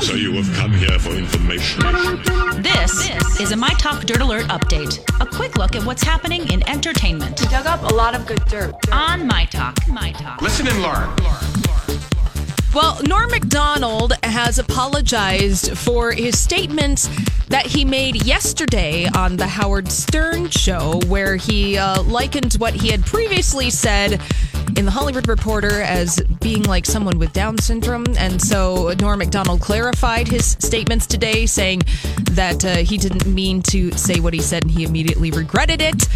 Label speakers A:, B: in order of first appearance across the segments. A: So you have come here for information.
B: This is a My Talk Dirt Alert update. A quick look at what's happening in entertainment
C: dug up a lot of good dirt.
B: on My Talk. My Talk.
D: Listen and learn.
E: Well, Norm MacDonald has apologized for his statements that he made yesterday on the Howard Stern show, where he uh, likened what he had previously said in the Hollywood Reporter as being like someone with Down syndrome. And so Norm MacDonald clarified his statements today, saying that uh, he didn't mean to say what he said and he immediately regretted it.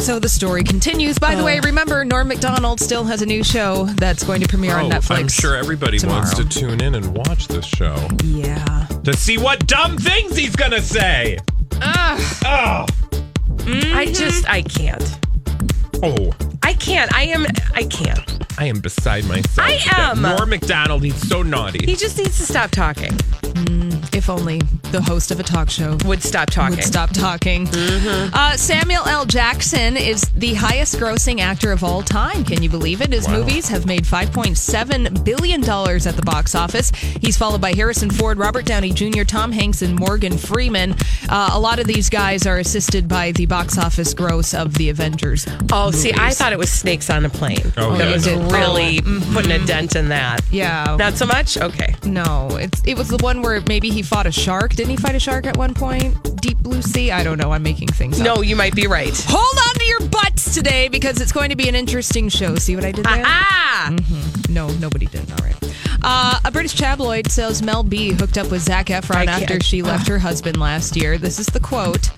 E: So the story continues. By the
F: Oh.
E: way, remember Norm Macdonald still has a new show that's going to premiere on
F: Oh,
E: Netflix.
F: I'm sure everybody wants to
E: tomorrow.
F: tune in and watch this show
E: Yeah.
F: to see what dumb things he's gonna say. Oh,
G: I just, I can't.
F: oh,
G: I can't. I am, I can't.
F: I am beside myself.
G: I
F: with that.
G: am.
F: Norm Macdonald. He's so naughty.
G: He just needs to stop talking.
E: If only the host of a talk show
G: Would stop talking. Mm-hmm.
E: would stop talking. Uh, Samuel L. Jackson is the highest grossing actor of all time. Can you believe it? His movies have made $5.7 billion at the box office. He's followed by Harrison Ford, Robert Downey Jr., Tom Hanks, and Morgan Freeman. Uh, a lot of these guys are assisted by the box office gross of the Avengers.
G: oh, see, I thought it was snakes on a plane.
F: Oh,
G: that
F: yeah,
G: was
F: no.
G: really putting a dent in that.
E: Yeah.
G: Not so much? Okay.
E: No, it's it was the one where maybe he fought a shark. Didn't he fight a shark at one point? Deep blue sea. I don't know. I'm making things up.
G: No, you might be right.
E: Hold on to your butts today because it's going to be an interesting show. See what I did there? Mm-hmm.
G: Ah!
E: No, nobody did. All right. Uh, a British tabloid says Mel B hooked up with Zach Efron
G: can't.
E: after she left her husband last year. This is the quote.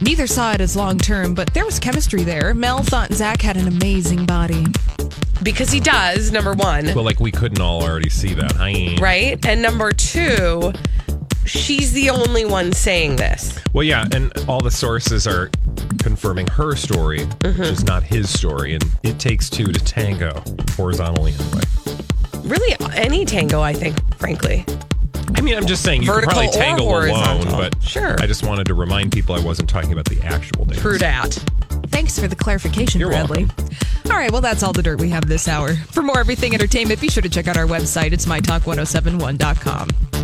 E: Neither saw it as long term, but there was chemistry there. Mel thought Zach had an amazing body.
G: Because he does, number one.
F: well, like we couldn't all already see that. I ain't.
G: right? And number two, she's the only one saying this.
F: Well, yeah, and all the sources are confirming her story,
G: Mm-hmm.
F: which is not his story, and it takes two to tango horizontally anyway.
G: Really, any tango, I think, frankly.
F: I mean, I'm just saying you could
G: Vertical
F: probably
G: or
F: tangle alone,
G: horizontal.
F: but
G: Sure.
F: I just wanted to remind people I wasn't talking about the actual dance.
G: True dat.
E: Thanks for the clarification,
F: You're
E: Bradley.
F: welcome.
E: All right, well, that's all the dirt we oh have this hour. For more everything entertainment, be sure to check out our website. It's mytalk1071.com.